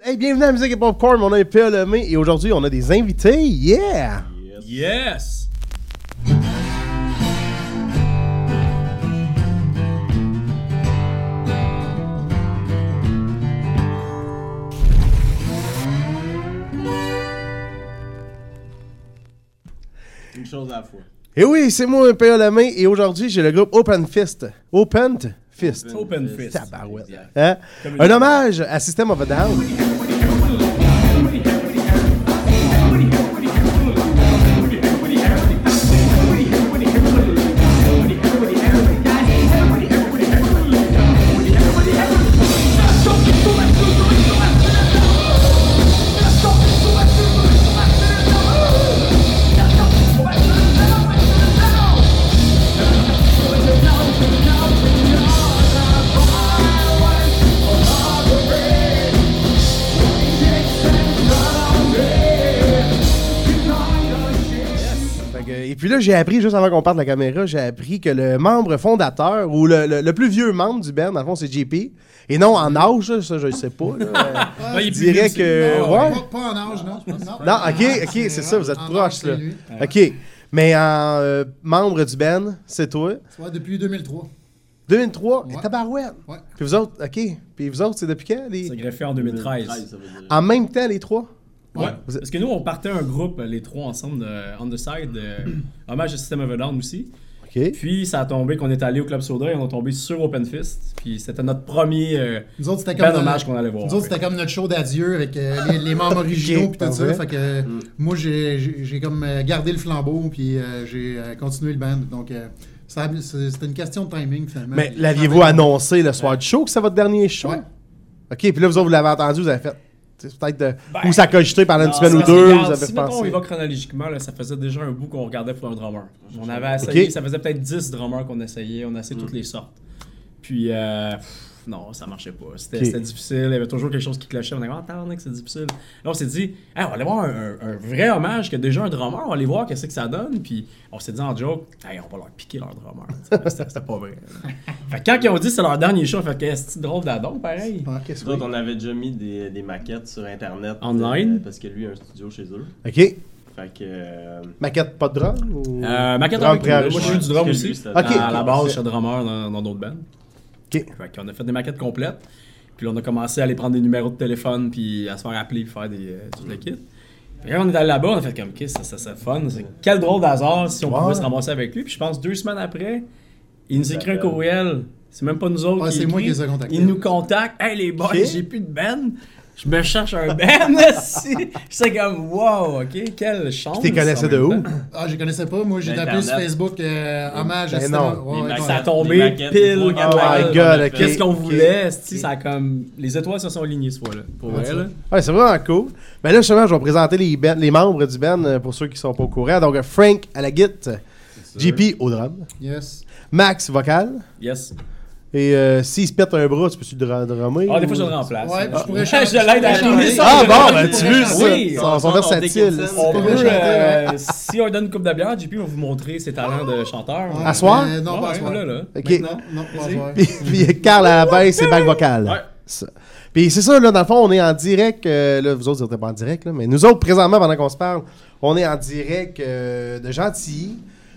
Hey, bienvenue à Musique et Popcorn, mon nom est Pierre Lemay E et aujourd'hui on a des invités, yeah! Yes! Une chose à la fois. Et Eh oui, c'est moi, Pierre Lemay, E et aujourd'hui j'ai le groupe Open Fist. Open Fist. Open fist. Tabarouette. Exact. Hein? Comme Un une- hommage à System of a Down. Fait que- et puis là, j'ai appris, juste avant qu'on parte la caméra, j'ai appris que le membre fondateur, ou le, le- le plus vieux membre du band, dans le fond, c'est JP. Et non, en âge, là, ça, je le sais pas. là. Euh, Ouais, il est je dirais plus que. vieux, Euh, Ah, ouais. Pas, pas en âge, Ah, non, je pense. Non, ok, ok, c'est ça, vous êtes en proches, âge, là. c'est lui. Ok. Mais en euh, membre du band, c'est toi. Soit depuis 2003. 2003, et Ouais. tabarouette. Ouais. Puis vous autres, ok. Puis vous autres, c'est depuis quand? les- C'est greffé en 13, 2013. ça veut dire. En même temps, les trois? Ouais. Parce que nous, on partait un groupe, les trois ensemble, de On the Side, de- hommage à System of a Down aussi. Ok. Puis ça a tombé qu'on est allé au Club Soda et on est tombé sur Open Fist. Puis c'était notre premier euh, Nous autres, c'était comme. band euh, hommage qu'on allait voir. Nous autres, c'était comme notre show d'adieu avec euh, les, les membres originaux Ok, Mm. puis tout ça. parfait. Fait que euh, moi, j'ai- j'ai j'ai comme euh, gardé le flambeau puis euh, j'ai euh, continué le band. Donc, euh, ça a- c'est- c'était une question de timing finalement. Mais Puis, l'aviez-vous quand même, annoncé le soir du show que c'est votre dernier show? Ouais. Ok, puis là, vous autres, vous l'avez entendu, vous avez fait. tu sais, Peut-être de. Ben, ou ça a cogité pendant une Non, semaine c'est ou parce que, deux, regarde, vous avez si, mettons, on pensé. y va chronologiquement, là, ça faisait déjà un bout qu'on regardait pour un drummer. On avait essayé, Ok. Hmm. ça faisait peut-être 10 drummers qu'on essayait, on a essayé toutes les sortes. Puis, euh, pff, non, ça marchait pas. C'était Ok. c'était difficile, il y avait toujours quelque chose qui clochait. On a dit, ah, tabarnak, c'est difficile. Là, on s'est dit, Ah, on va aller voir un, un- un vrai hommage que déjà un drummer, on va aller voir qu'est-ce que ça donne. Puis, on s'est dit en joke, Hey, on va leur piquer leur drummer. C'était c'était pas vrai. fait que quand ils ont dit c'est leur dernier show, fait que c'est drôle d'adon, pareil. Ouais, qu'est-ce Nous que autres, on avait déjà mis des, des maquettes sur Internet. En ligne? euh, parce que lui a un studio chez eux. Ok. Fait que... euh, Maquette pas de drum? Ou... Euh, Maquette Drum avec nous, là, Moi, je pré-enregistré. joue du Parce drum que aussi. lui, c'était À- dans- à la Ok, base, parfait. je suis drummer dans dans d'autres bands. Ok. Fait qu'on a fait des maquettes complètes. Puis là, on a commencé à aller prendre des numéros de téléphone, puis à se faire appeler, puis faire des, euh, tout le kit. Puis quand on est allé là-bas, on a fait comme, OK, ça, ça, c'est fun. C'est- Quel drôle d'hasard si on Ouais. pouvait se ramasser avec lui. Puis je pense deux semaines après, il nous écrit un s'appelle. courriel. C'est même pas nous autres. Ouais, c'est moi écrit. qui les ai contactés. Il nous contacte. Hey les boys, Ok. j'ai plus de ben. Je me cherche un ben. esti. C'est comme, wow, OK, quelle chance. Puis t'es connaissais en même de où? temps. Ah, je connaissais pas. Moi, j'ai tapé D'Internet. sur Facebook euh, hommage à Ben System non. of- ouais, Les ouais, maquettes. Ça a ouais. tombé Des maquettes, pile. trois, quatre Oh à my maquettes, la- God, on a ok. fait- Qu'est-ce qu'on ok. voulait, esti, ça a comme les étoiles se sont alignées ce fois-là. Pour vrai là. Ouais, c'est vraiment cool. Mais là, justement, je vais présenter les, ben- les membres du band euh, pour ceux qui sont pas au courant. Donc, euh, Frank à la guitare, JP au drum, Yes. Max vocal, Yes. et euh, s'il se pète un bras, tu peux-tu le dra- drummer? Ah, des ou- fois je le remplace. Ouais, puis je pourrais changer- je l'aide à je changer pourrais ça. Ah, je bon, l'aide ben à tu changer veux ça. ça? Oui. Ils sont- sont On versatiles. Dickinson. On peut, chanter, euh, si on donne une coupe de bière, JP va vous montrer ses talents de chanteur. Ouais, À soir? euh, Non, Ouais, pas à ouais, soir. là, là. Ok. Non, non, pas à soir. Puis- Puis il y a Carl à la baisse et back vocal. Ouais. Ça. Puis c'est ça, là, dans le fond, on est en direct. euh, là, vous autres, vous n'êtes pas en direct, là, mais nous autres, présentement, pendant qu'on se parle, on est en direct euh, de Gentilly.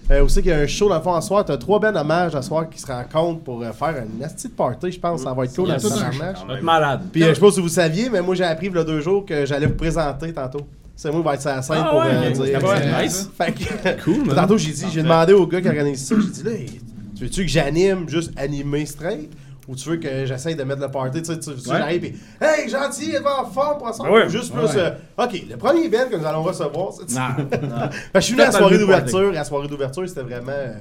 Euh, aussi, qu'il y a un show, dans le fond, à soir. Tu as trois belles hommages à soir qui se rencontrent pour euh, faire une petite party, je pense. Ça va être cool Il y dans a le tout un tabarnak. show. Va être malade. Puis euh, je sais pas si vous saviez, mais moi, j'ai appris il y a deux jours que j'allais vous présenter tantôt. C'est moi qui va être sur la scène Ah pour ouais, euh, ok. dire. Ah ouais, euh, nice. fait que- Cool, man. Tantôt, j'ai dit, j'ai demandé au gars qui organise ça, j'ai dit, là, tu veux-tu que j'anime juste animé straight? Ou tu veux que j'essaye de mettre le party, tu sais, tu tu- Ouais. j'arrive pis Hey, gentil, elle va en forme pour ça. Ah ouais. Juste Ah plus, ouais. euh, OK, le premier event que nous allons recevoir, c'est Non. Fait que je suis venu à la soirée Peut-être pas le party. d'ouverture, et à la soirée d'ouverture, c'était vraiment, euh,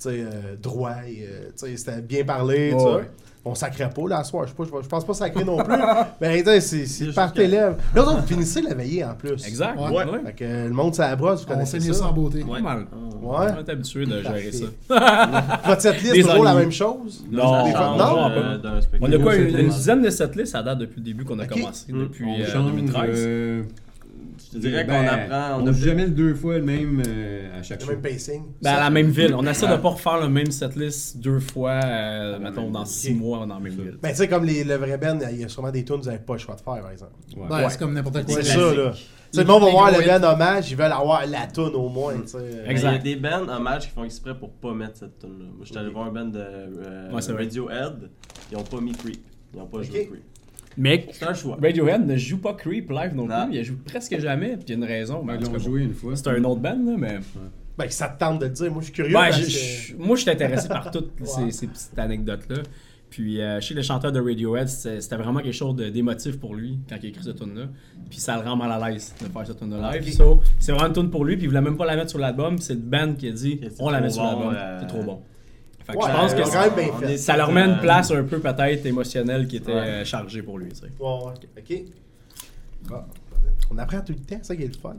tu sais, euh, droit, et, euh, tu sais, c'était bien parlé, Ouais, tu vois. ouais. On sacrait pas là, à soir, je sais pas, je pense pas sacrer non plus. Mais tu sais, c'est- c'est juste par tes correct. lèvres. Là, vous autres, vous finissez la veillée en plus. Exact. Ouais. Ouais. Fait que euh, le monde, ça la brosse, vous On connaissez s'est mis ça. sans beauté. Pas mal. Ouais. On est habitué de gérer ça. Votre setlist, Des toujours la amis. même chose? Non, Des Ça fois- change, non? euh, d'un spectacle. On a quoi, une, une Exactement. dizaine de setlists, ça date depuis le début qu'on a Ok. commencé, depuis On euh, change, 2013. euh, Je te dirais qu'on Ben, apprend. On a n'a fait- jamais deux fois le même euh, à chaque Le fois. même pacing. Ben, à la même ville. On essaie de Ouais. pas refaire le même setlist deux fois, euh, mettons, dans six Ok. mois dans la même ville. Ben, tu sais, comme les, le vrai Ben, il y a sûrement des tunes que vous n'avez pas le choix de faire, par exemple. Ouais, c'est comme n'importe quoi. C'est Ouais, ça, classique. là. Tu sais, le monde va Les voir gros le hits. Ben hommage, ils veulent avoir la tune au moins, tu sais. Mais Exact. Il y a des bands hommage qui font exprès pour pas mettre cette tune là Moi, j'étais allé voir un band de euh, Ouais, c'est vrai. Radiohead, ils ont pas mis Creep. Ils ont pas joué Ok. Creep. Mais C'est un choix. Radiohead ne joue pas Creep live non plus. Non. Il joue presque jamais. Puis il y a une raison. Ben, Ils en tout l'ont cas, joué une fois. C'est un autre band, là, mais. Ben, que ça te tente de le dire. Moi, je suis curieux. Ben, parce je- que- je- moi, je suis intéressé par toutes Ouais. ces, ces petites anecdotes-là. Puis, euh, chez le chanteur de Radiohead, c'est- c'était vraiment quelque chose de- d'émotif pour lui quand il a écrit cette tune-là. Puis, ça le rend mal à l'aise de faire cette tune-là live. Ok. So, c'est vraiment une tune pour lui. Puis, il voulait même pas la mettre sur l'album. puis C'est le band qui a dit Et c'est on la trop met sur bon, l'album. euh, C'est trop bon. Fait que Ouais, je pense que c'est ça, quand même bien on fait. est- ça leur met euh, une place un peu, peut-être, émotionnelle qui était Ouais. euh, chargée pour lui. tu sais. Ouais, ouais. OK. Bon. On apprend tout le temps, c'est ça qui est le fun.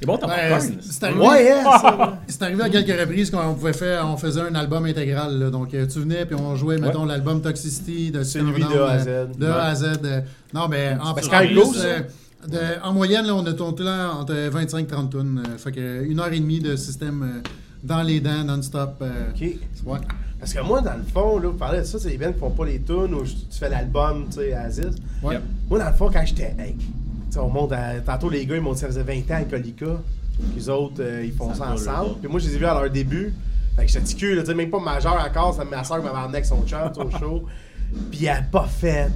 C'est bon, t'as Ben, pas c'est- c'est arrivé, Ah, ouais, hein, ça. c'est arrivé à quelques reprises qu'on pouvait faire, on faisait un album intégral. là. Donc, euh, tu venais puis on jouait, mettons, l'album Toxicity de System of Celui a de A à Down, Z. euh, De A à Z. euh, Non, mais en Parce hein? plus, qu'à gauche, euh, de- en moyenne, là, on a tourné là entre euh, 25-30 tonnes. euh, fait que une heure et demie de système euh, dans les dents, non-stop. euh, OK. ouais. Parce que moi, dans le fond, là, vous parlez de ça, c'est les bands qui font pas les tunes ou tu fais l'album, tu sais, Aziz. Ouais. Yep. Moi, dans le fond, quand j'étais. Hey, tu sais, on monte à- Tantôt, les gars, ils m'ont dit que ça faisait 20 ans à Colica. Les autres, euh, ils font Ça ça, va, là, ensemble. là. Puis moi, je les ai vus à leur début. Fait que j'étais petit cul, là, tu sais, même pas majeur encore. ça- Ma soeur m'avait emmené avec son chum, tu sais, au show. Puis elle a pas fait.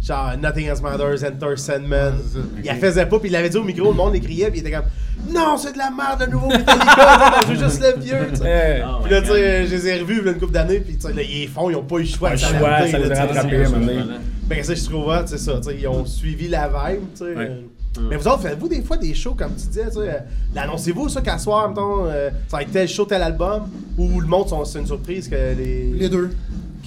Genre, Nothing Else Matters, Enter Sandman. Ah, c'est ça. Il la faisait pas, puis il l'avait dit au micro, le monde les criait, puis il était comme Non, c'est de la merde, le nouveau Metallica, je veux juste le vieux, tu sais. Eh, Oh Puis là, my tu sais, je les ai revus il y a une couple d'années, puis tu sais, là, ils font, ils ont pas eu le choix. Pas le de choix, s'adapter, là, ça les tu a sais, rattrapés, c'est- à un moment donné. God. ben ça, je trouve, hein, c'est ça, tu sais, ils ont suivi la vibe, tu sais. Ouais. Euh, Mais vous autres, faites-vous des fois des shows, comme tu disais, tu sais, euh, l'annoncez-vous ça qu'à soir, mettons, euh, ça va être tel show, tel album, ou le monde, sont- c'est une surprise que les... Les deux.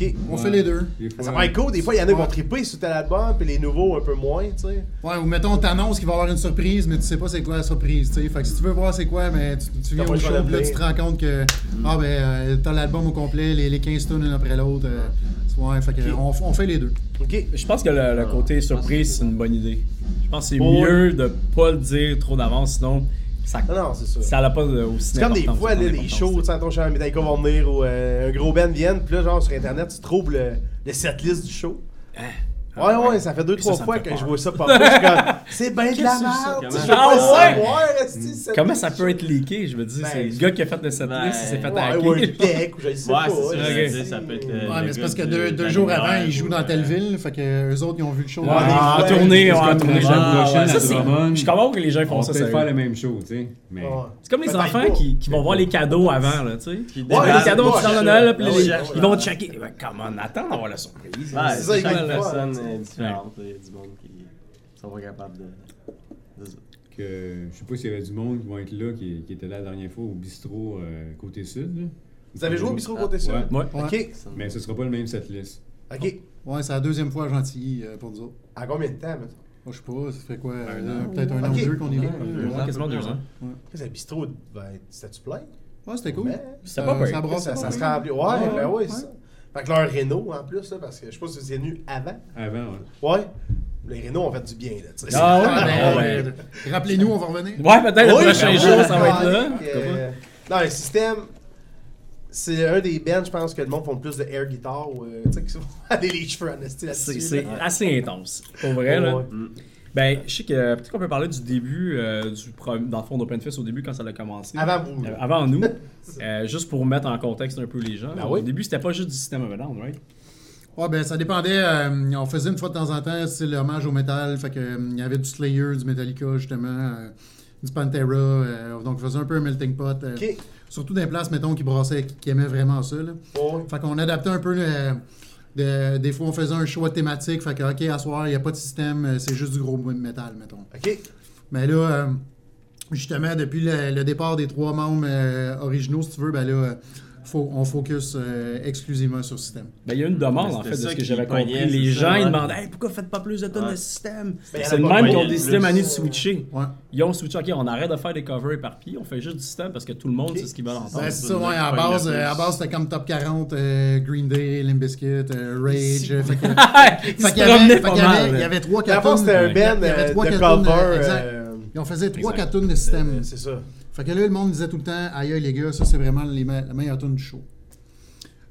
Ok. On Ouais. fait les deux. Des Ça fois- va être cool, des fois, il y en a qui vont Ouais. triper sur tel album, puis les nouveaux un peu moins, tu sais. Ouais, ou mettons, t'annonces qu'il va y avoir une surprise, mais tu sais pas c'est quoi la surprise, tu sais. Fait que si tu veux voir c'est quoi, mais tu, tu viens T'as pas au le show, choix de puis là, tu venir. te rends compte que, ah ben, euh, t'as l'album au complet, les, les 15 tunes l'une après l'autre. euh, ouais, fait que Ok. on, f- on fait les deux. Ok. Je pense que le, le côté je pense que surprise, c'est c'est une bonne idée. Je pense que c'est Ouais. mieux de pas le dire trop d'avance, sinon ça Non, non, c'est ça. ça n'a pas de, aussi C'est comme des d'importance, fois, là, pas les d'importance, shows, tu t'sais. sais, ton chant Metallica vont venir ou euh, un gros band vienne, puis là, genre, sur Internet, tu trouves le, le setlist du show. Ouais, ouais, ça fait deux, Ça, trois ça me fois fait que peur. je vois ça popper. je suis comme, c'est bien de la Qu'est-ce que merde. tu sais, Je veux c'est ça? Comment- pas Ah ouais? savoir, esti, c'est- Comment ça peut être leaké Je veux dire, c'est Ben, le gars qui a fait le setlist, ben, il s'est fait ouais, Ouais, hacker. ou un deck, ou je sais Ouais, pas. c'est ça, je esti. veux dire, ça peut être, euh, Ouais, Le mais c'est gars parce que du- deux, de deux la jours lumière, avant, ils ou, jouent euh, dans telle ville, fait que eux autres, ils ont vu le show. Ouais, Ouais, Ah, en ouais, tournée, ouais, c'est en comme tournée, la j'avoue. semaine prochaine Ah, Ça, à c'est- Drummond. Je suis content que les gens On font va ça. peut-être sérieux. faire le même show, tu sais. Mais. Ouais. C'est comme les Peut-être enfants pas. qui, qui vont voir les cadeaux avant, là, tu sais. Qui Ils vont voir débarquent, les cadeaux au ouais, petit temps de cherchent- Noël, là, puis ouais, les- cherchent ils vont la- checker. Ben, Comment on attend d'avoir la surprise? Ouais, C'est ça, chaque exactement. personne est différente. Il y a du monde qui sont pas capables de. de ça. que je sais pas s'il y avait du monde qui va être là, qui, qui était là la dernière fois au bistrot euh, côté sud. là. Vous avez joué au bistrot côté Ouais. sud? Ouais. Ok, Mais ce sera pas le même setlist. ok. Ouais, c'est la deuxième fois à Gentilly euh, pour nous autres. À combien de temps, mettons? Moi, je sais pas, ça fait quoi, euh, peut-être un an Ok. ou deux qu'on est là. Ouais. Ouais, Ouais, Quasiment deux ans. Le bistrot, ben, c'était-tu plein? Ouais, c'était cool. Euh, Mais- C'était pas pire. ça brasse Ça, pas ça mal. se remplit. Ouais, Ouais, ben oui, ouais. c'est ça. Fait que leur Renault, en plus, là, parce que je sais pas si vous êtes venu avant. Avant, hein. ouais. Ouais. Les Renault ont fait du bien, là, tu sais. Ah ouais, Ah, ben, ben, ouais. Rappelez-nous, on va revenir. Ouais, peut-être Ah, le Oui, prochain ben, jour, ouais, ça va être là. ouais, euh, non, le système, c'est un des bands, je pense, que le monde font le plus de air guitar. ou, euh, tu sais, qui se font aller les cheveux en esti C'est là-dessus. c'est là. assez intense, pour Ouais. vrai. là. Mm. Ben, je sais que peut-être qu'on peut parler du début, euh, du pro- dans le fond d'Open Fest au début quand ça a commencé. Avant vous. Euh, avant nous. Euh, juste pour mettre en contexte un peu les gens. Ben oui. Au début, c'était pas juste du système of a Down, right? Ouais, ben ça dépendait. euh, on faisait une fois de temps en temps, c'est hommage au métal. Fait que euh, il y avait du Slayer, du Metallica, justement, euh, du Pantera. euh, donc, on faisait un peu un melting pot. euh, Ok. Surtout dans les places, mettons, qui brassaient, qui, qui aimaient vraiment ça. là. Ouais. Fait qu'on adaptait un peu. euh, de- des fois, on faisait un choix thématique. Fait que, OK, à soir, il n'y a pas de système, euh, c'est juste du gros métal, mettons. Ok. Mais là, euh, justement, depuis le, le départ des trois membres euh, originaux, si tu veux, ben là, euh, faut, on focus euh, exclusivement sur système. Ben, il y a une demande, Ben, en fait, de c'était ça ce que qui j'avais pognait, compris. c'est Les ça, gens, ils ouais. demandaient Hey, pourquoi vous faites pas plus de tonnes Ouais. de système? Ben, c'est y le en a pas même moyen qu'on de décidait, plus. Manu, de switcher. Ouais. Ils ont switché, OK, on arrête de faire des covers éparpillés, on fait juste du système parce que tout le monde Ok. sait ce qu'ils veulent entendre. Ouais, c'est c'est ça, une ouais, à bonne base, approche. euh, à base, c'était comme top 40, euh, Green Day, Limp Bizkit, euh, Rage. euh, fait que- Ils fait se qu'il y avait- promenaient fait pas qu'il y avait- mal. il y avait trois D'abord, cartons. c'était un Il y band avait euh, trois de cartoons, cover. euh, exact. euh, Puis on faisait trois, Exact. quatre tunes de système. Euh, C'est ça. Fait que là, le monde disait tout le temps, aïe, aïe, les gars, ça, c'est vraiment les me- la meilleure tune du show.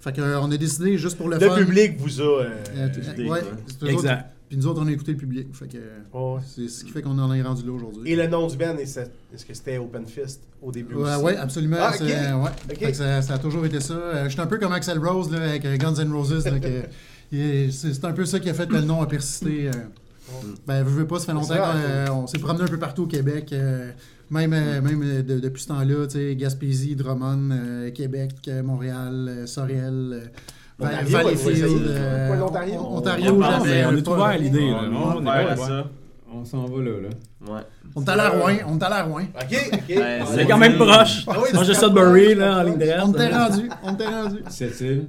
Fait que, euh, on a décidé juste pour le, Le fun. public vous a. euh, euh, t- idée, ouais, ouais. c'est eux autres. Exact. Puis nous autres, on a écouté le public. Fait que, euh, ouais. c'est ce qui fait qu'on en est rendu là aujourd'hui. Et le nom du band, est-ce est-ce que c'était Open Fist au début Ouais, aussi? ouais, absolument. Ah, c'est- ok. ouais. Ok. Fait que ça, ça a toujours été ça. Euh, J'étais un peu comme Axel Rose là, avec euh, Guns N' Roses. là, que- et c'est c'est un peu ça qui a fait que le nom a persisté. euh. Ben, je veux pas, ça fait Mm. longtemps C'est vrai, hein. qu'on euh, on s'est promené un peu partout au Québec. euh, même Mm. euh, même euh, de- depuis ce temps-là, tu sais, Gaspésie, Drummond, euh, Québec, euh, Montréal, euh, Sorel, euh, Val- Ontario, Valleyfield. ouais, ouais, euh, ouais, l'Ontario. on- On- Ontario, on- jamais. Ah, on est pas- ouvert à l'idée. Ah, Ouais, là, on non, est on est ouvert à pas- ça. On s'en va là, là. Ouais. On est allé à Rouen. On est allé à Rouen. Ok, Ah ok. Ben, C'est quand même proche. Moi, je Sudbury, là, en ligne droite. On t'est rendu. On t'est rendu. Cette île.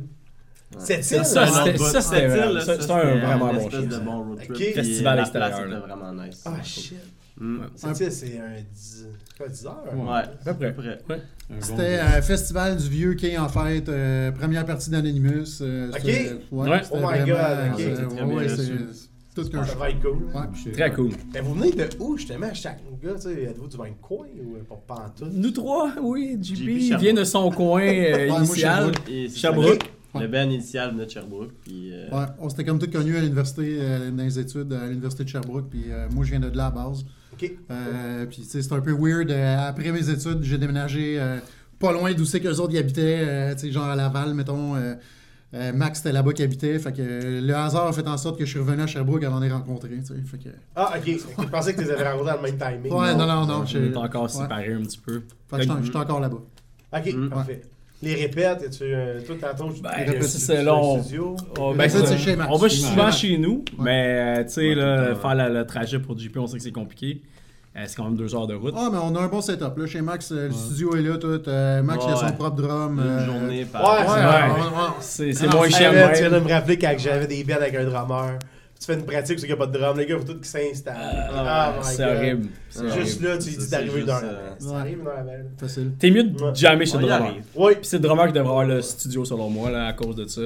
Cette Ça, île, ça, vraiment. c'était- ça, c'était Cette un- île, là, ça, ça, c'était un c'était vraiment une bon espèce chien, de ça. bon road trip. Ok. puis Festival la extérieur, place était là. vraiment nice. Ah, Ouais. shit. Mm. Cette île, c'est un 10 quoi, 10 heures. Ouais. Ouais, à peu près. Ouais. Un bon C'était bout. un festival du vieux quai en fête, euh, première partie d'Anonymous. euh, Ok. c'était- Ouais. c'était Oh my vraiment, God, ok. euh, C'est très ouais, bien c'est- reçu. c'est tout qu'un Ça show. va être cool. Ouais. Shit. euh, Très cool. Mais vous venez de où, justement, chaque gars? tu sais, Êtes-vous du même coin ou euh, pas pas en tout? Nous trois, oui. JP JP vient de son coin euh, moi, initial. Sherbrooke. Et c'est Sherbrooke. ça. Le band initial venait de Sherbrooke. Puis, euh, Ouais, on s'était comme tout connus à l'université, euh, dans les études, à l'université de Sherbrooke, puis euh, moi je viens de là à la base. Ok. Euh, puis tu sais, c'est un peu weird. euh, après mes études, j'ai déménagé euh, pas loin d'où c'est qu'eux autres y habitaient, euh, tu sais, genre à Laval, mettons. euh, euh, Max était là-bas qui habitait, fait que euh, le hasard a fait en sorte que je suis revenu à Sherbrooke avant de les rencontrer, tu sais, fait que... Ah, ok. Je pensais que tu les avais rencontrés dans le même timing. Ouais, non, non, non, On je- est encore ouais. séparés un petit peu. Fait que je suis encore là-bas. Ok, Mm. parfait. Les répètes, tu euh, toi tantôt, je Ben, il y a répète, un c'est studio- long. un studio. Oh, Et ben, ça, c'est- c'est chez Max. on va Chez souvent Max. chez nous, mais euh, tu sais, Ouais, tout là, le temps, faire la- le trajet pour JP, on sait que c'est compliqué. Euh, c'est quand même deux heures de route. Ah, mais on a un bon setup. Là, chez Max, euh, le studio est là, tout. Euh, Max, il a son Ouais. propre drum. Une euh, journée Ouais, Ouais, par. ouais, Ouais. ouais, ouais. Ben, C'est c'est Ah, moins Hey, cher. man, tu ouais. viens de me rappeler quand j'avais des bands avec un drummer. Tu fais une pratique, c'est qu'il n'y a pas de drum. Les gars, il faut tout qui s'installe. Oh ah, my C'est God. horrible. C'est Ouais. horrible. Juste là, tu lui dis Ça, d'arriver c'est une heure. juste, avant. euh, Ça ouais. arrive une heure avant. là. Facile. T'es mieux de Ouais. jammer chez On le y drummer. arrive. Oui. Puis c'est le drummer qui devrait avoir le studio, selon moi, là, à cause de ça.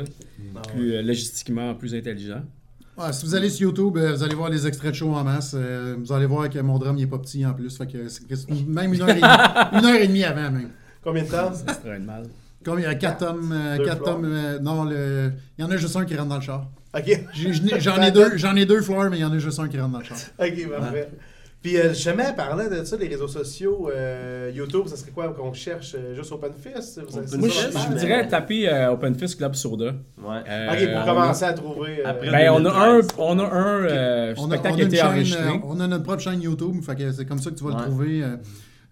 Plus euh, logistiquement, plus intelligent. Ouais, si vous allez sur YouTube, euh, vous allez voir les extraits de show en masse. Euh, vous allez voir que mon drum, il est pas petit en plus. Fait que c'est- c'est même une heure, et demie, une heure et demie avant, même. Combien de temps? Ça serait mal. Comme il y a quatre tomes. euh, Deux quatre floors. tomes euh, non, le- il y en a juste un qui rentre dans le char. OK. J'ai- j'en ai- J'en ai deux, j'en ai deux fleurs, mais il y en a juste un qui rentre dans le char. OK, parfait. Puis, euh, jamais parlant de ça, les réseaux sociaux, euh, YouTube, ça serait quoi qu'on cherche euh, juste Open Fist? Vous avez- Open Moi, c'est ça, je, je la vous page? dirais taper euh, Open Fist Club Soda. Ouais. Euh, OK, pour on commencer à trouver. euh, Après- a- Ben, on a un, on a un euh, On a, on, spectacle a qui a une été chaîne, enregistré. euh, on a notre propre chaîne YouTube, fait que c'est comme ça que tu vas le Ouais. trouver. Euh,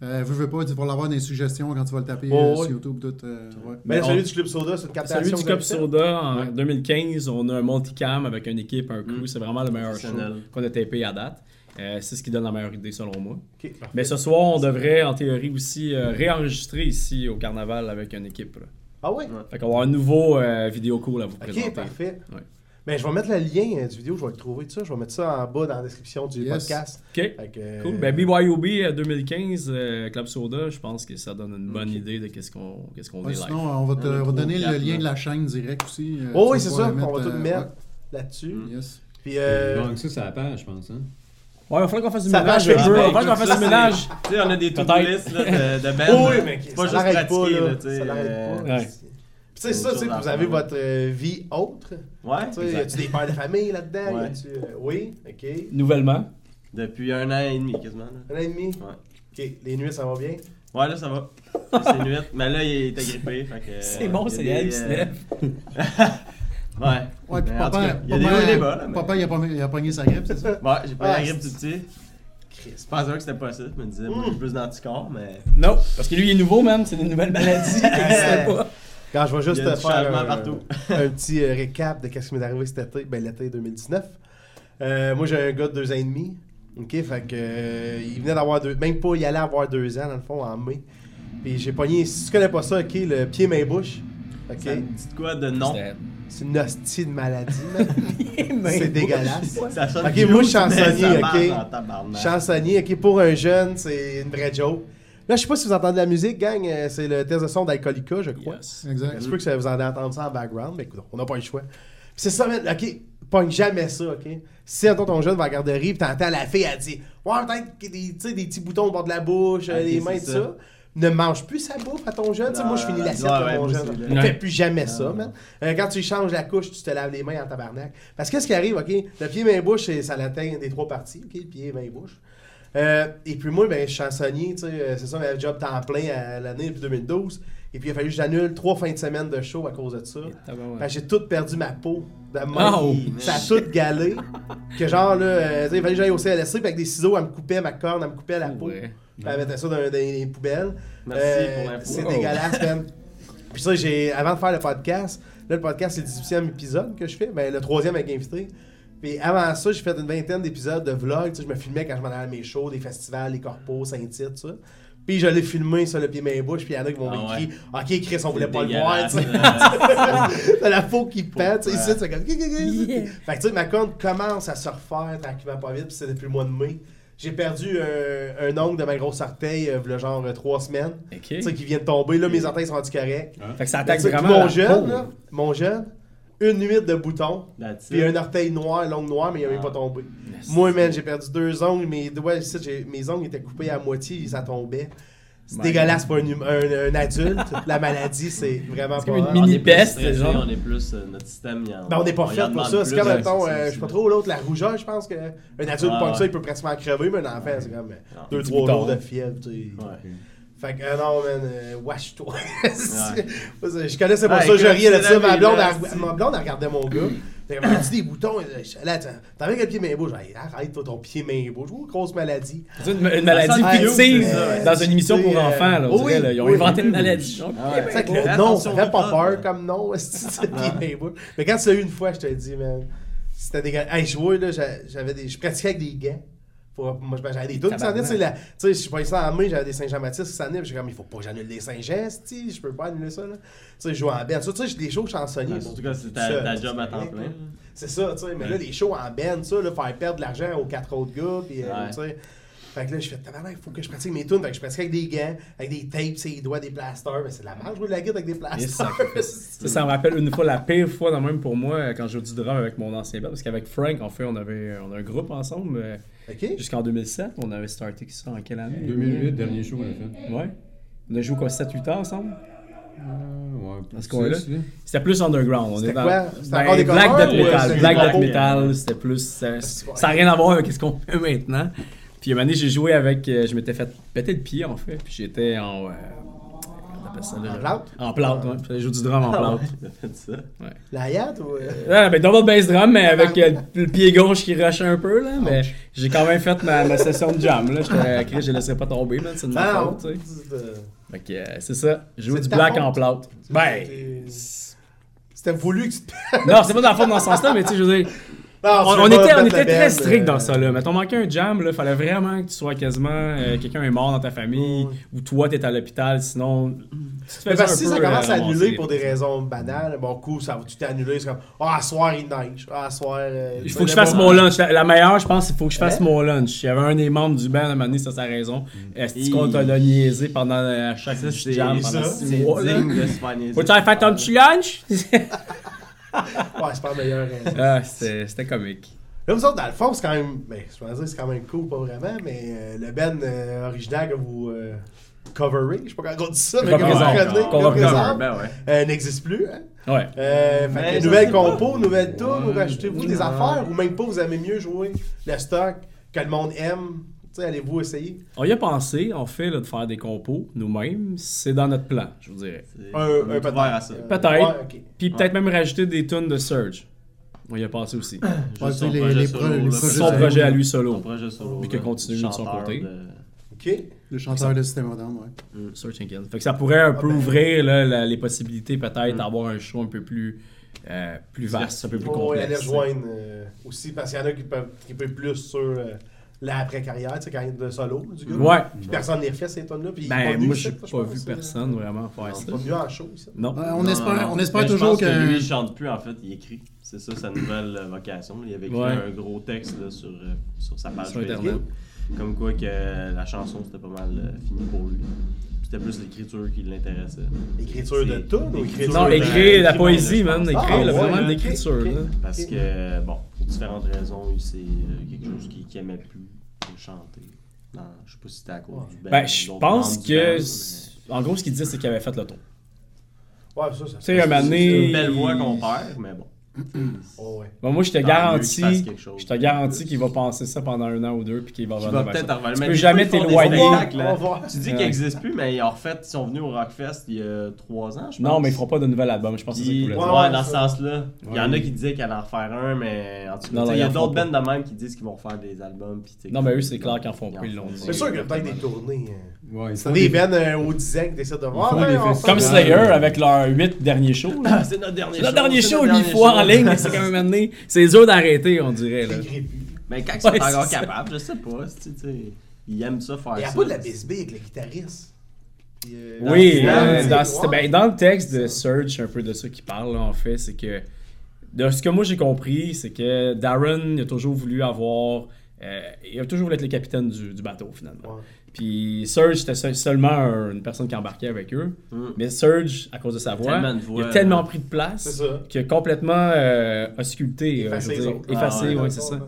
euh, veux, veux pas, tu vas l'avoir dans les suggestions quand tu vas le taper Oh, euh, ouais. sur YouTube. Tout, euh, ouais. Mais on- celui du Club Soda, c'est une captation. Celui que du vous Club avez faite? Soda en Ouais. 2015, on a un multicam avec une équipe, un crew. Mm. C'est vraiment le meilleur show Professionnel. qu'on a tapé à date. Euh, c'est ce qui donne la meilleure idée selon moi. OK, parfait. Mais ce soir, on devrait en théorie aussi euh, réenregistrer ici au carnaval avec une équipe. là. Ah oui? Ouais. Fait qu'on va avoir un nouveau euh, vidéo cool à vous présenter. OK, parfait. Ouais. Ben, je vais mettre le lien euh, du vidéo, je vais le trouver, tout ça. Je vais mettre ça en bas dans la description du Yes. podcast. OK. Fait que- Cool. Ben, BYOB euh, 2015, euh, Club Soda, je pense que ça donne une bonne Ok. idée de qu'est-ce qu'on qu'est-ce qu'on Ouais, est sinon, live. on va te On a on va trois donner ou le quatre, lien là. de la chaîne direct aussi. euh, Oh oui, tu c'est vas ça. pouvoir le on va tout euh, mettre là-dessus. Mm. ouais. Yes. Puis, euh, Donc ça, c'est la page, je pense. Hein? Ouais, il va falloir qu'on fasse du Ça ménage. marche, un peu. ben, Il va falloir qu'on fasse du Ah, ça, ménage. Tu sais, on a des to Peut-être. list là, de, de band. Oh oui, là. mais C'est ça pas juste l'arrête pas, pratiquer, là. là, tu sais, Ça l'arrête euh, pas. Ouais. Puis c'est ça, tu sais, que vous avez votre euh, vie autre. Ouais. Tu sais, y a-tu des pères de famille là-dedans? Ouais. Y a-tu, euh, oui, ok. Nouvellement. Euh, Depuis un an et demi, quasiment. là. Un an et demi? Ouais. Ok, les nuits, ça va bien? Ouais, là, ça va. C'est une huit. Mais là, il est agrippé. fait que, C'est euh, il y bon, a c'est des, elle qui se euh, lève. Ouais. Ouais, puis Mais en tout papa, cas, il y a des hauts et des bas. là, mais- papa, il a pas- il a pogné sa grippe, c'est ça? Ouais, j'ai pas Ah, la grippe du petit. Chris. Je pensais que c'était pas ça. Je me disais, moi, Mm. j'ai plus d'anticorps, mais. Non, parce que lui, il est nouveau, man. C'est une nouvelle maladie. Il sait pas. Quand je vais juste Il y a te du faire changement un, partout. un petit euh, récap de qu'est-ce qui m'est arrivé cet été, ben l'été 2019. Euh, moi, j'ai un gars de deux ans et demi. OK, fait que euh, il venait d'avoir deux, même pas, il allait avoir deux ans dans le fond en mai. Puis j'ai pogné, si tu connais pas ça, OK, le pied main bouche. OK, Ça me dit de quoi de non? c'est une hostie de maladie, man. C'est c'est dégueulasse. Ça sonne Ok, moi, je suis cute, mais chansonnier, ça marche ok. en tabarnak. Chansonnier, OK, pour un jeune, c'est une vraie joke. Là, je sais pas si vous entendez la musique, gang, euh, c'est le test de son d'Alcoolica, je crois. Yes. Exact. Je peux que ça- vous en avez entendu ça en background, mais écoute, on n'a pas eu le choix. c'est ça, man. OK, pogne jamais ça, OK? Si, attends, ton jeune va à la garderie, puis t'entends la fille, elle dit Ouais, peut-être que des, tu sais, des petits boutons au bord de la bouche, euh, Ok, les c'est mains, tout ça. ça. Ne mange plus sa bouffe à ton jeune. Tu sais, moi, je finis Non, l'assiette ouais, à ouais, mon moi jeune. aussi, là. Fais plus jamais Non, ça, non. man. Euh, quand tu changes la couche, tu te laves les mains en tabarnak. Parce que ce qui arrive, OK, le pied, main, bouche, c'est- ça l'atteint des trois parties, OK, le pied, main, bouche. Euh, et puis moi, ben, je suis chansonnier, tu sais, euh, c'est ça, ma job temps plein à l'année depuis 2012. Et puis il a fallu que j'annule trois fins de semaine de show à cause de ça. Fait que j'ai tout perdu ma peau. De Ah, main. Oh, ça a tout galé. que genre, là, euh, tu sais, il fallait que j'aille au CLSC, puis avec des ciseaux, elle me coupait ma corne, elle me coupait la peau. Puis elle mettait ça dans, dans les poubelles. Oh, Merci Euh, pour Oh. l'info. C'est Wow. dégueulasse, man. Puis ça, j'ai, avant de faire le podcast, là, le podcast, c'est le 18e épisode que je fais, ben, le troisième avec invité. Puis avant ça, j'ai fait une vingtaine d'épisodes de vlogs. Tu sais, je me filmais quand je m'en allais à mes shows, des festivals, les corpos, Saint-Tite, tout ça. Puis je l'ai filmé sur le pied main bouche, puis il y en a qui m'ont Ah écrit Ok, Chris, on voulait C'est pas le voir. tu sais. dégueulasse. T'as la peau qui pète, tu sais, ici, Ouais. c'est comme. Fait que tu sais, ma corne commence à se refaire tranquillement pas vite, puis c'est depuis le mois de mai. J'ai perdu un, un ongle de ma grosse orteil, euh, v'là genre euh, trois semaines. Ok. Tu sais, Fait qui vient de tomber. Là, mes orteils sont rendus corrects. que ça Fait attaque que, tu sais, vraiment. Ben, mon la jeune, peau. là, mon jeune, une nuit de boutons, That's puis it. un orteil noir, l'ongle noir, mais il avait Ah. pas tombé. Merci. Moi, man, j'ai perdu deux ongles, mes doigts, ici, j'ai- mes ongles étaient coupés à moitié, ça tombait. C'est My dégueulasse pour un, hum- un- un adulte. La maladie, c'est vraiment C'est pas. comme une rare. mini On est plus peste, stressé, genre. On est plus, euh, notre système, il en- Ben, on n'est pas en fait pour demande ça. C'est plus, comme, ouais, mettons, c'est ça, euh, je c'est sais pas ça. trop, l'autre, la rougeur, je pense qu'un adulte Ah, pogne ça, ouais. il peut pratiquement crever, mais un enfant, c'est comme Non. 2-3 bouton. jours de fièvre, tu sais. Ouais. Fait que, euh, non, man, euh, wash-toi. Moi, c'est- Je connaissais pas Ouais, ça, je écoute, riais là-dessus. c'est la Ma vie, blonde, là, elle, c'est- ma blonde, elle regardait mon gars. Elle m'a dit des boutons. elle- je- Là, t'en- t'en mets avec le pied main bouche. J'ai dit, Arrête, toi, ton pied main bouche. Oh, grosse maladie. C'est une, une Ça maladie sent le fictive vieux, c'est ça, ouais. dans une émission pour C'est, euh, enfants. Là, on oui, dirait, là. Ils ont oui, inventé oui. une maladie. Ah genre. Tu sais, avec le Ouais, nom, ça attention fait aux pas peur propres. comme nom. c'est le pied main bouche. Mais quand tu l'as eu une fois, je te le dis, man, c'était dégueulasse. Hey, je vois, là, j'a- j'avais des. Je pratiquais avec des gants. Pour- moi, je- j'avais des doutes qui s'en venaient, tu sais, la- tu sais, je suis pas ici en main, j'avais des Saint-Jean-Baptiste qui s'en venaient, puis j'ai comme, il faut pas que j'annule les Saint-Jean, si, je peux pas annuler ça, là. Tu sais, je jouais en band. Ça, tu sais, j'ai des shows chansonniers. Ouais, Surtout quand c'est Ça, ta, ta job à c'est temps correct, là. plein. C'est ça, tu sais. Mais là, les shows en band, ça, là, faire perdre de l'argent aux quatre autres gars, puis, euh, Ouais. tu sais. Fait que là, je fais, tabarnak, il faut que je pratique mes tunes. Fait que je pratique avec des gants, avec des tapes, ses doigts, des plasters. Mais c'est de la merde, jouer de la guitare avec des plasters. Ça, ça me rappelle une fois la pire fois, dans même pour moi, quand je jouais du drum avec mon ancien band. Parce qu'avec Frank, en fait, on avait on a un groupe ensemble euh, OK? jusqu'en 2007. On avait starté ça en quelle année 2008, dernier show qu'on a fait. Ouais. On a joué quoi, 7-8 ans ensemble Ouais, Parce qu'on est là. C'était plus underground. On C'était est dans- ben, quoi? C'était encore des Black covers Death ou, euh, Metal. c'était Black des Death compos? Metal, c'était plus. euh, c'est ça n'a rien à voir avec ce qu'on fait maintenant. Puis une année, j'ai joué avec. euh, je m'étais fait péter le pied, en fait. Puis j'étais en. euh, comment on appelle ça, là? En plâtre? Ah, En plâtre, ouais. Puis je joue du drum en plâtre. T'as fait ça. La yacht ou. euh, Non, mais double bass drum, mais avec euh, le pied gauche qui rushait un peu, là. Mais j'ai quand même fait ma, ma session de jam, là. J'étais à je ne laisserai pas tomber, man. C'est de ma Non! faute, tu sais. c'est, euh, Fait que euh, c'est ça. Jouer Ah, C'est du ta black faute. en plâtre. Ben. c'était- C'était voulu que tu. Non, c'est pas dans la forme dans ce sens-là, mais tu sais, je veux dire. Non, On, tu on veux Ah, pas était, on mettre était la très belle, strict euh, dans ça. Là. Mettons, manquait un jam, là, fallait vraiment que tu sois quasiment. euh, Quelqu'un est mort dans ta famille, ou toi, t'es à l'hôpital, sinon. Si tu Mais fais parce que si ça euh, commence à annuler pour des des raisons banales, bon coup, ça va tout annuler. C'est comme, ah, à soir, il neige. Ah, à soir. euh, Il tu faut que sais, je fasse n'importe- mon lunch. La, la meilleure, je pense, il faut que je fasse mon lunch. Il y avait un des membres du band à un moment donné, ça, sa raison. Mm. Est-ce qu'on t'a le niaisé pendant euh, à chaque Ça, c'est jam ça, pendant c'est six digne mois? là? de se faire niaiser. Faut-tu aller faire ton petit lunch? Ouais, c'est pas euh, la meilleure raison. Ah, C'était c'était comique. Là, vous autres, dans le fond, c'est quand même. Ben, je pourrais dire, c'est quand même cool, pas vraiment, mais euh, le Ben euh, original que vous euh, coverez, je sais pas quand on dit ça, mais que vous Représente. reprenez, Qu'on qu'on représente, Ben ouais. euh, n'existe plus. Hein? Ouais. Euh, fait Mais que ça, nouvelle c'est compo, nouvelle tune, ou Ouais. rajoutez-vous des affaires, ou même pas, vous aimez mieux jouer le stock que le monde aime. Tu sais, allez-vous essayer On y a pensé, en fait, là, de faire des compos nous-mêmes. C'est dans notre plan, je vous dirais. C'est- Un- on un est ouvert à ça. peut-être. Peut-être. Ouais, ok. Puis peut-être même rajouter des tunes de Surge. On y a pensé aussi. Ouais, Juste tu sais, son les- projet les solo, pro- les là, projets c'est Son de- projet à lui Son solo. projet solo. Puis que là, continue de son euh, chanteur côté. de- Euh, Ok. Le chanteur de Système Moderne, ouais. Search and Kill. Fait que ça pourrait un peu ben. ouvrir là, la- les possibilités peut-être d'avoir un show un peu plus, euh, plus vaste, un peu plus Oh, ouais, complexe. aller rejoindre euh, aussi, parce qu'il y en a qui peuvent, qui peuvent plus sur euh, l'après-carrière, tu sais, quand il est de solo, du gars. Ouais. Puis personne les refait, ces tonnes-là. Puis il est pas Ben, venu moi, ici, j'ai je pas pense, euh, vu c'est- personne vraiment faire Non, ça. C'est pas Ah, venu en show, ça. Non. Ouais, on Non, espère, non, non. on espère Mais je toujours pense que. Lui, il chante plus, en fait, il écrit. C'est ça sa nouvelle euh, vocation. Il avait écrit Ouais. un gros texte là, sur, euh, sur sa page Sur Facebook. Internet. Comme quoi que la chanson, c'était pas mal euh, fini pour lui. C'était plus l'écriture qui l'intéressait. Écriture de C'est- tonnes ou écriture écriture Non, de- écrire la poésie, je pense. man. Ah, Écrire le ouais, vraiment de ok, l'écriture, ok. là. Parce que, bon, pour différentes raisons, il- c'est euh, quelque chose qu'il qu'il aimait plus de chanter. Non, je sais pas si c'était à cause du band, Ben, je d'autres pense membres du que. band, c'est- En gros, ce qu'il disait, c'est qu'il avait fait le tour. Ouais, ça, ça. Tu sais, un moment mais- C'est donné. une belle voix qu'on perd, mais bon. Oh, ouais. Bon, Ben, moi, Ah, je te Tant mieux qu'il fasse garantis. quelque chose. Je te garantis qu'il va penser ça pendant un an ou deux, puis qu'il va Qui revenir va vers peut-être ça. en revenir. Tu Mais peux des jamais fois, ils font des t'éloigner. spectacles, On va voir. Tu dis qu'ils Ouais. n'existent plus, mais en fait, ils sont venus au Rockfest il y a trois ans, je pense. Non, mais ils feront pas de nouvel album. Je pense que c'est ça Puis- qu'il voulait ouais, dire. Ouais, dans ce ça. sens-là. Il y en Ouais. a qui disaient qu'elle allait en refaire un, mais en tout Non, cas, tu non, sais, il y a ils d'autres en feront bands de même qui disent qu'ils vont faire des albums. puis tu sais, Non, mais eux, c'est clair qu'ils en font ils pas, ils l'ont font. dit. C'est sûr qu'il y a peut-être des tournées. hein. Ouais, ils C'est font des bennes euh, au 10 ans que t'essaies de voir. font ouais, des on- festivals. Comme Slayer avec leurs huit derniers shows. là. C'est notre dernier C'est show. Leur dernier c'est show, notre huit dernier fois show. en ligne, c'est quand même amené. C'est dur d'arrêter, on dirait, là. T'écris plus. Mais Ben, quand ils Ouais, sont c'est encore ça. capables, je sais pas. c'est- tu sais, Ils aiment ça faire Il ça. n'y a pas de la bisbille avec le guitariste. Puis, euh, dans Oui, le euh, film, dans, c'est c'est- noir. ben, dans le texte de Search, un peu de ça qu'il parle, là, en fait, c'est que. De ce que moi j'ai compris, c'est que Darren il a toujours voulu avoir. euh, il a toujours voulu être le capitaine du, du bateau, finalement. Ouais. Puis Surge, c'était seul- seulement un- une personne qui embarquait avec eux. Mm. Mais Surge, à cause de sa voix, Tellement de il a voix, tellement là. pris de C'est place ça. qu'il a complètement euh, ausculté, euh, Effacé je veux les dire, autres. effacé, Ah ouais, ouais, c'est ça.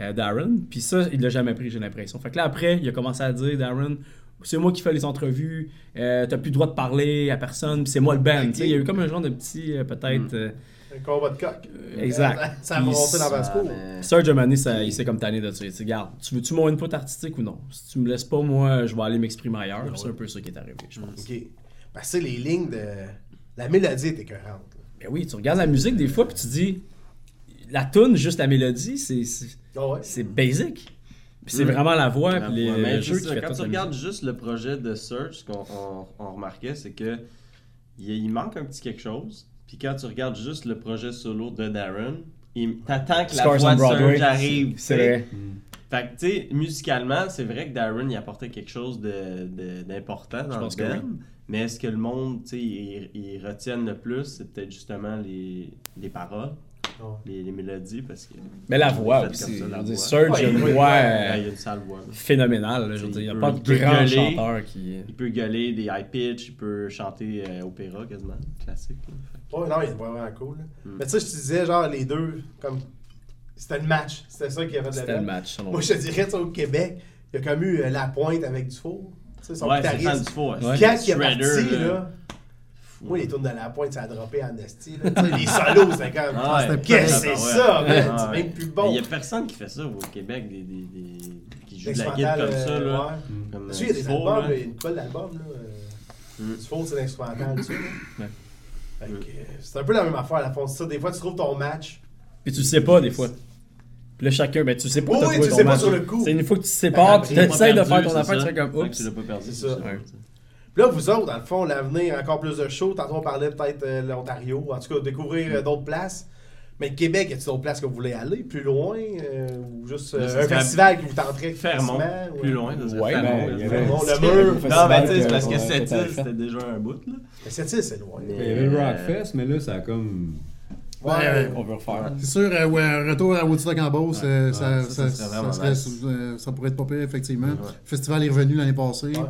euh, Darren. Puis ça, il l'a jamais pris, j'ai l'impression. Fait que là, après, il a commencé à dire, Darren, c'est moi qui fais les entrevues, euh, t'as plus le droit de parler à personne, puis c'est moi le band. Ok. Tu sais, Il y a eu comme un genre de petit, euh, Mm. peut-être. euh, Un combat de coq. Euh, exact. Ça a Puis monté dans ça- ma Ah, cour. Serge Amani, ça, il s'est comme tanné de ça. Il dit Garde, tu veux-tu mon input artistique ou non Si tu me laisses pas, moi, je vais aller m'exprimer ailleurs. C'est un peu ça qui est arrivé, je pense. Ok. Parce que les lignes de. La mélodie est écœurante. là. Ben oui, tu regardes la musique des fois, puis tu dis La tune, juste la mélodie, c'est- c'est Ah ouais. c'est basic. Puis c'est Mm. vraiment la voix, La puis les, voix. le Mais jeu c'est qui ça, fait Quand toute tu la regardes musique. juste le projet de Search, ce qu'on on- on remarquait, c'est que il, il manque un petit quelque chose. Puis quand tu regardes juste le projet solo de Darren, il- t'attends que la Scars voix on de Broadway. Surge arrive. C'est tu sais. vrai. Fait que, tu sais, musicalement, c'est vrai que Darren, il apportait quelque chose de- de- d'important dans pense le que band. Mais est-ce que le monde, tu sais, ils ils retiennent le plus, c'est peut-être justement les, les paroles, Ouais. les, les mélodies, parce que... Mais la Ils ont voix fait comme aussi. ça, la Je veux dire, voix. Surge, il a Ouais, une oui, voix Ouais, euh, il y a une sale voix. là. phénoménale. là, Je veux dire, il n'y a Il pas peut- de il peut grand gueuler. chanteur qui. Il peut gueuler des high pitch, il peut chanter euh, opéra quasiment, classique. là. Ouais, non, il est vraiment cool. là. Mais tu sais, je te disais, genre, les deux, comme. C'était le match. C'était ça qui avait de la C'était le belle. match, selon Moi, moi. je te dirais, tu sais, au Québec, il y a comme eu euh, la pointe avec Dufour. Tu sais, son Ouais, c'est fan guitariste. du faux. hein. Quand Ouais. il est Shredder, parti, là. là. Moi, les tournes de la pointe, ça a droppé en esti. là. Tu sais, Les solos, c'est quand même. Ah ouais. C'était Qu'est-ce que pas- c'est Ah ouais. ça, Ouais. man? C'est même plus Mais bon. Il y a personne qui fait ça au Québec, des, des, des- qui joue de la Instrumental, guide comme ça. euh, Là. ouais. Comme, Tu euh, sais, il y a des du faux, hein. albums, là. là, il y a une colle d'albums. là, euh, Mm. Du faux, c'est l'instrumental, tu sais. là. Ouais. Mm. Fait que, euh, C'est un peu la même affaire, la fond. C'est ça, des fois, tu trouves ton match. Puis tu le sais pas, des fois. Puis là, chacun, ben, tu sais pas Oui, t'as oui, trouvé tu ton sais pas match. sur le coup. C'est une fois que tu te sépares, tu Tu l'as pas essaies de perdu, faire ton c'est affaire, tu ça. fais comme Fait que oups. Tu l'as pas perdu, C'est c'est ça. ça. Ouais. Puis là, vous autres, dans le fond, l'avenir, encore plus de shows. Tantôt, on parlait peut-être euh, l'Ontario. En tout cas, Mm. découvrir euh, d'autres places. Mais le Québec, y a-t-il d'autres places que vous voulez aller? Plus loin? euh, ou juste euh, Là, ça un serait festival qui vous tenterait? Fermont, facilement, ou- plus loin, ça serait Ouais, Fermont. ben, il y là. avait- Fermont, le C'est- mur. Festival Non, mais tu sais, c'est parce qu'on que a- cette qu'on a île, fait. c'était déjà un bout. là. Mais cette île, c'est loin. Il y avait Euh, le Rockfest, mais là, ça a comme. Ouais, ouais. On veut refaire. C'est sûr, euh, ouais, retour à Woodstock en Beauce, euh, ça, ouais, ça, ça ça- serait ça vraiment serait- nice. euh, ça pourrait être pas pire, effectivement. Ouais. Le festival est revenu l'année passée. Ouais.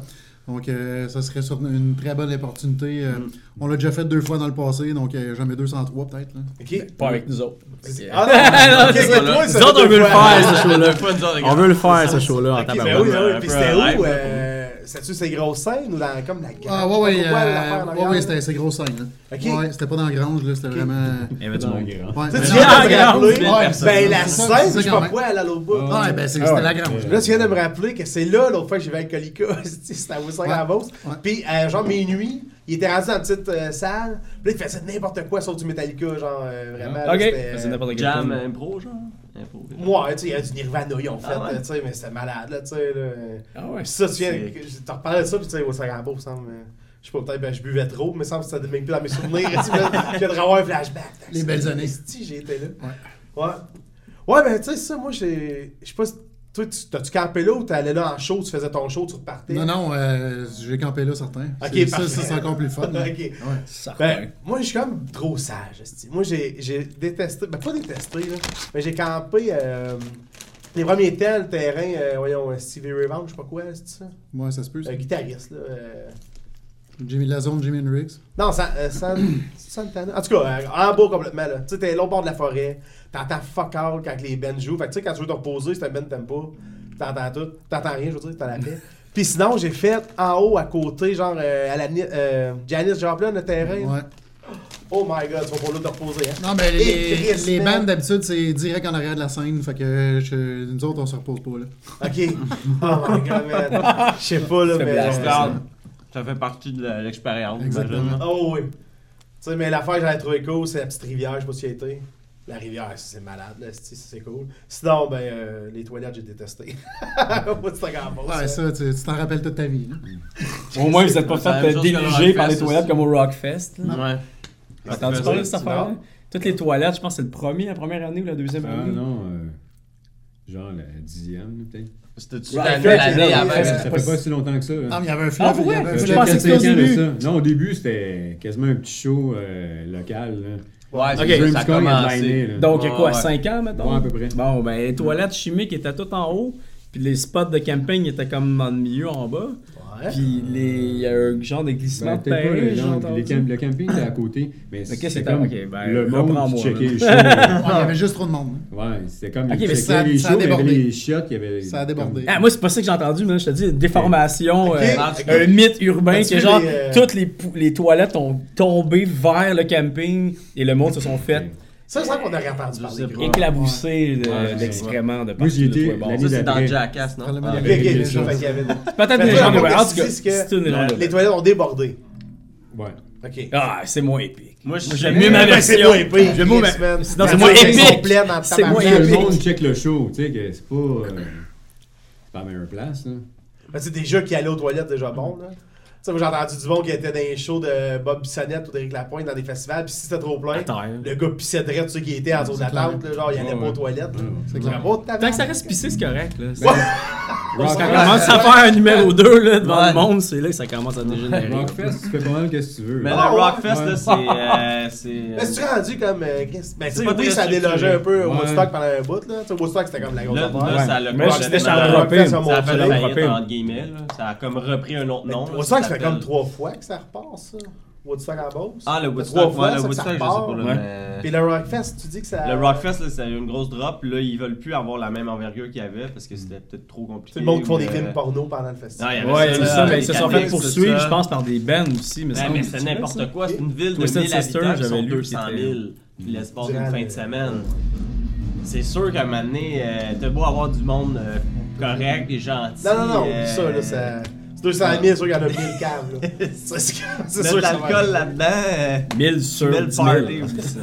Donc, euh, ça serait sur- une très bonne opportunité. euh, Mm. On l'a déjà fait deux fois dans le passé, donc euh, jamais 203 peut-être. là. Ok. Pas avec nous autres. Ah non, Non, ok, c'est ok, ça, toi, là. ça Nous autres, fait on veut deux le fois. faire, ce show-là. Pas une heure de On veut le faire, ce show-là, en Ok, ben oui, tabarouette. ben oui. Puis Un peu c'était en live, où? là, euh, C'était-tu ces grosses scènes ou dans comme la Ah, je ouais, sais ouais, pas quoi, l'affaire euh, en ouais, arrière, ouais, là. c'était assez grosse scène. là. Ok. Ouais, c'était pas dans la grange, là, c'était vraiment. Il y avait du monde. Ouais, Tu mais- sais, tu viens de Ah, me regarde, rappeler, mille personnes. ben la C'est ça, scène, c'est je ça sais quand pas même. quoi, elle a l'autre bout. Ouais, ben c'est- Ah, c'était ouais. la grange. Là, tu viens de me rappeler que c'est là, l'autre fois que j'y vais avec Colica, c'était à Wissac en Beauce. Ouais. Puis, euh, genre, minuit, il était rendu dans la petite euh, salle. Puis là, il faisait n'importe quoi sauf du Metallica, genre, euh, vraiment. là, Ok. c'était- euh, C'est n'importe quel Jam film. impro, genre Impro. Moi, tu sais, il y a du Nirvana, ils ont fait, Ah ouais. là, tu sais, mais c'était malade, là, tu sais. là. Ah ouais. Puis ça, tu viens, C'est- que- t'en reparlais de ça, puis tu sais, au Sagambo, me semble. euh, Je sais pas, peut-être, ben, je buvais trop, mais semble que ça ne même plus dans mes souvenirs. tu sais, je viens de revoir un flashback. Les belles années. Si, j'ai été là. Ouais. Ouais, ben, tu sais, ça, moi, j'ai. Je sais pas si Toi, tu- t'as-tu campé là ou t'allais là en show, tu faisais ton show, tu repartais? Non, non, euh, j'ai campé là, certain. Ok, C'est- ça, parfait. ça, c'est encore plus fun. là. Ok. Ouais. Ben, moi, je suis comme trop sage. esti. Moi, j'ai j'ai détesté, ben pas détesté, là, mais j'ai campé euh, les premiers temps, le terrain, euh, voyons, euh, Stevie Ray Vaughan, je sais pas quoi, c'est ça? Ouais, ça se peut. ça. Le guitariste, là. euh, Jimmy la zone, Jimmy Hendrix. Non, ça, euh, ça- Santana. En tout cas, euh, en beau complètement, là. Tu sais, t'es l'autre bord de la forêt, t'entends fuck all quand les bands jouent. Fait que tu sais, quand tu veux te reposer, c'est un band que t'aimes pas. T'entends tout. T'entends rien, je veux dire, t'as la paix. Puis sinon, j'ai fait en haut, à côté, genre, euh, à la ni- euh, Janis Joplin, le terrain. Ouais. Oh my god, tu vas pas là te reposer, hein. Non, mais Et les, Chris, les man. bandes, d'habitude, c'est direct en arrière de la scène. Fait que je- nous autres, on se repose pas, là. Ok. Oh my god, man. Je sais pas, là, C'est mais. blasé. Regarde, ça fait partie de la- l'expérience. Exactement. j'imagine, là. Oh oui. Tu sais, mais l'affaire que j'avais trouvé cool, c'est la petite rivière, je sais pas si y a été. La rivière, ça, c'est malade, là, c'est c'est cool. Sinon, ben, euh, les toilettes, j'ai détesté. Moi, c'est encore bon, Ouais, ça. ça, tu tu t'en rappelles toute ta vie. là. Au moins, vous êtes pas C'est la même fait chose que le déluger par les Rockfest, toilettes aussi. comme au Rockfest. là. Ouais. T'as entendu parler de cette affaire-là? Toutes les toilettes, je pense que c'est le premier, la première année ou la deuxième Ah année. non, euh, genre la dixième, peut-être. C'était-tu l'année Right, fait, l'année c'est avant? vrai, Ça mais- fait pas pas si- si longtemps que ça. hein. Ah, mais il y avait un Ah, fleuve. pour il y vrai? avait un Ça fait je fleuve. pensais quatre, que c'était au cinq ans de début. ça. Non, au début, c'était quasiment un petit show euh, local. Là. Ouais, Ah, Ok, c'est- James ça a Corden a liné, commencé. là. Donc, il y a quoi, Ouais, ouais. 5 ans maintenant? Ouais, à peu près. Bon, ben, les toilettes chimiques étaient toutes en haut, puis les spots de camping étaient comme dans le milieu en bas, Ouais. puis les- il y a un genre de glissement Ben, de peut-être pas, terrain, le, j'ai genre, entendu. le, camp- le camping était à côté, mais c'était c'était- comme ok, ben, le monde reprends-moi, qui checkait là. les shows. là. Ouais, Il y avait juste trop de monde. ouais, c'était comme Ok, ils mais checkaient ça- les ça a shows, il y avait débordé. les shots, il y avait... Ça a débordé. Ah, moi, c'est pas ça que j'ai entendu, man. je te dis, une déformation, euh, Ok. un mythe urbain, As-tu que vu genre, les, euh, toutes les, pou- les toilettes ont tombé vers le camping et le monde se sont fait Ça, je sens qu'on aurait entendu Je parler. sais gros. pas. éclabousser de- Ouais, c'est d'excréments de Moi, partout j'y de étais tous les bords. la Ça, c'est dans d'après. Jackass, non? Probablement, Ah, Ok, ok, Il y avait je quelque sais pas chose. qu'il y avait- Peut-être Fait des que gens là, de on En tout dit, cas, c'est que c'est une légende Les urbaine. toilettes ont débordé. Ouais. Ok. Ah, c'est moins épique. Moi, je- j'aime mieux Ben, ma version. c'est moins épique. J'aime mieux ma- Yes, man. Sinon, c'est Les moins toilettes sont épique. pleines en C'est tabarnak. moins Tout le épique. monde check le show, tu sais, que c'est pas... euh, c'est pas la meilleure place, là. Ben, tu sais, déjà qui allaient aux toilettes déjà bon, là. Tu sais, moi, j'ai entendu du monde qui était dans les shows de Bob Bissonnette ou d'Éric Lapointe dans des festivals, puis si c'était trop plein, Attends, hein. le gars pissait direct de ceux qui étaient en zone C'est clair. d'attente, là, genre, il allait Ouais, pas aux ouais. toilettes. là. Ouais, ouais. C'est Vraiment, clair. tabarnak. Tant que ça reste pissé, c'est correct. Là. Ben, Quand Rock- ça commence à faire un numéro 2 là, devant Ouais. le monde, c'est là que ça commence à dégénérer. Rockfest, tu fais pas mal que ce que tu veux. Mais là. Ah, le ouais. Rockfest, Ouais. là, c'est. euh, Mais c'est c'est, euh, rendu comme. euh, qu'est-ce- ben, tu sais, pas oui, très ça structuré. délogeait un peu au Ouais. Woodstock pendant un bout, là. Tu sais, Woodstock, c'était comme la grosse Là, là, affaire. ça l'a Mais là, c'était ça a Charles complètement- refait Européen. ça, mon ça a fait Dieu. Charles faillite, Européen. entre guillemets. là. Ça a comme repris un autre Mais nom. là, Woodstock, ça fait s'appelle- comme trois fois que ça repart, ça. Woodstock en Beauce. Ça Ah, le fait Woodstock, trois ouais, le fois, ça, Woodstock, que ça je sais repart. pas. là, Ouais. mais- Puis le Rockfest, tu dis que ça. Le Rockfest, là, ça a eu une grosse drop. Là, ils veulent plus avoir la même envergure qu'il y avait parce que c'était peut-être trop compliqué. Tout le monde qui font des mais- films porno pendant le Non, il y festival. avait Ouais, c'est là, ça, mais les ils se sont Canadiens, fait c'est poursuivre, ça. je pense, par des bands aussi. Mais, Ouais, mais c'est n'importe quoi. C'est une ville de 1000 Twisted Sister, habitants qui j'avais sont lu qu'il 200 000 puis l'espace d'une Durant fin le- de semaine. C'est sûr qu'à un moment donné, euh, t'as beau avoir du monde euh, correct et gentil. Non, non, non, euh, ça, là, ça. C'est 200 000, c'est sûr qu'il y en a 1000 câbles, là. C'est sûr que- c'est Mettre sûr de que ça va l'alcool être- là-dedans, euh, 1000 sur mets le 10 000. party oublie ça.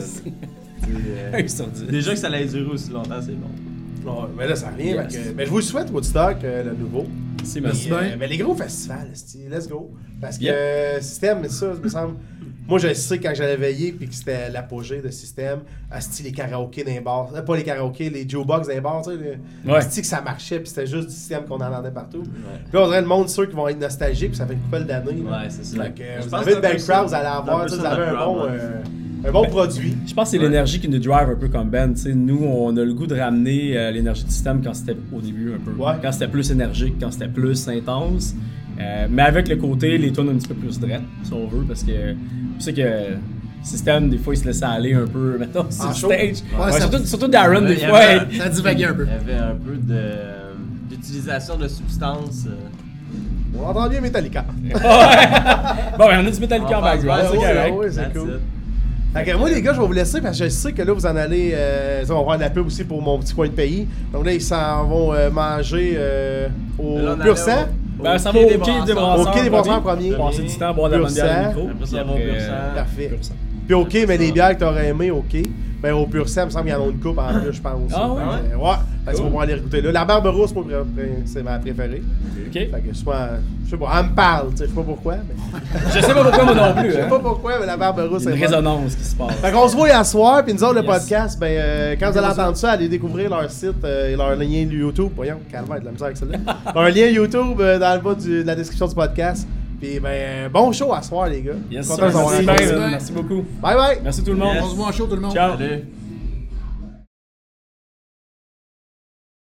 C'est, euh, Un sur dix. Déjà que ça allait durer aussi longtemps, c'est bon. Ouais, mais là, ça revient. Yes. fait que- Mais je vous le souhaite, Woodstock, euh, le nouveau. C'est Mais, merci. euh, bien. mais les gros festivals, esti, let's go. Parce que Yep. euh, Système, mais ça, me semble. Moi, je sais quand j'allais veiller puis que c'était l'apogée de Système, asti, les karaokés dans les bars. euh, Pas les karaokés, les jukebox dans les bars, tu sais. le- Ouais. Asti, que ça marchait puis c'était juste du Système qu'on entendait partout. Puis là, on dirait le monde sûr qu'ils vont être nostalgiques puis ça fait une couple d'années. là. Ouais, c'est ça. Fait que, euh, Je vous pense avez que une belle c'est un crowd, peu vous ça. allez C'est un avoir, peu ça, vous ça, avez notre un bon, crowd, ouais. Ben, euh, un bon produit. Je pense que c'est l'énergie qui nous drive un peu comme band. tu sais. nous, on a le goût de ramener euh, l'énergie du système quand c'était au début un peu. Ouais. Quand c'était plus énergique, quand c'était plus intense. Euh, mais avec le côté, les tunes un petit peu plus drettes, si on veut, parce que tu sais que le système, des fois, il se laissait aller un peu maintenant sur En le show? stage. Ouais, Ouais, ça- surtout, surtout Darren, Ouais, des il y fois. avait- elle- Ça divaguait un peu. Il y avait un peu de- d'utilisation de substances. euh, On entend bien Metallica. Bon, ben, on a du Metallica en passe background, vers c'est ouais, correct. ouais, c'est That's cool. it. Fait que moi, les gars, je vais vous laisser parce que je sais que là, vous en allez. euh, on va avoir de la pub aussi pour mon petit coin de pays. Donc là, ils s'en vont euh, manger euh, au Là, on Pur allait Sang. au- Ben, ça Quai va au des Quai des Brasseurs. Brasseurs. Au Quai des Brasseurs premier. Passer du temps à boire de la Pur bonne bière sang. au micro. Après ça, puis on va au Pur sang. euh, Parfait. Pur sang. Puis ok, mais des bières que t'aurais aimé, ok. Ben au pur sang, il me semble qu'il y en a une coupe en plus, je pense. Ah ouais? Fait que, ouais. Fait que Cool. on va aller goûter là. La barbe rousse, moi, pré- pré- c'est ma préférée. Ok. Fait que je sois. Je sais pas, elle me parle, tu sais, je sais pas pourquoi, mais. Je sais pas pourquoi moi non Je plus. sais Hein. pas pourquoi, mais la barbe rousse, Il y a c'est une bonne. résonance qui se passe. Fait qu'on se voit à soir, puis nous autres, le Yes. podcast, ben, euh, quand vous allez entendre ça, allez découvrir leur site euh, et leur lien YouTube. Voyons, calvaire, de la misère avec celle-là. leur lien YouTube euh, dans le bas du- de la description du podcast. Puis, ben, euh, bon show à soir, les gars. Yes, Content sir. de vous avoir Merci, rencontré. Ben. Merci beaucoup. Bye bye! Merci tout le monde. On se voit en show, tout le monde. Ciao. Salut.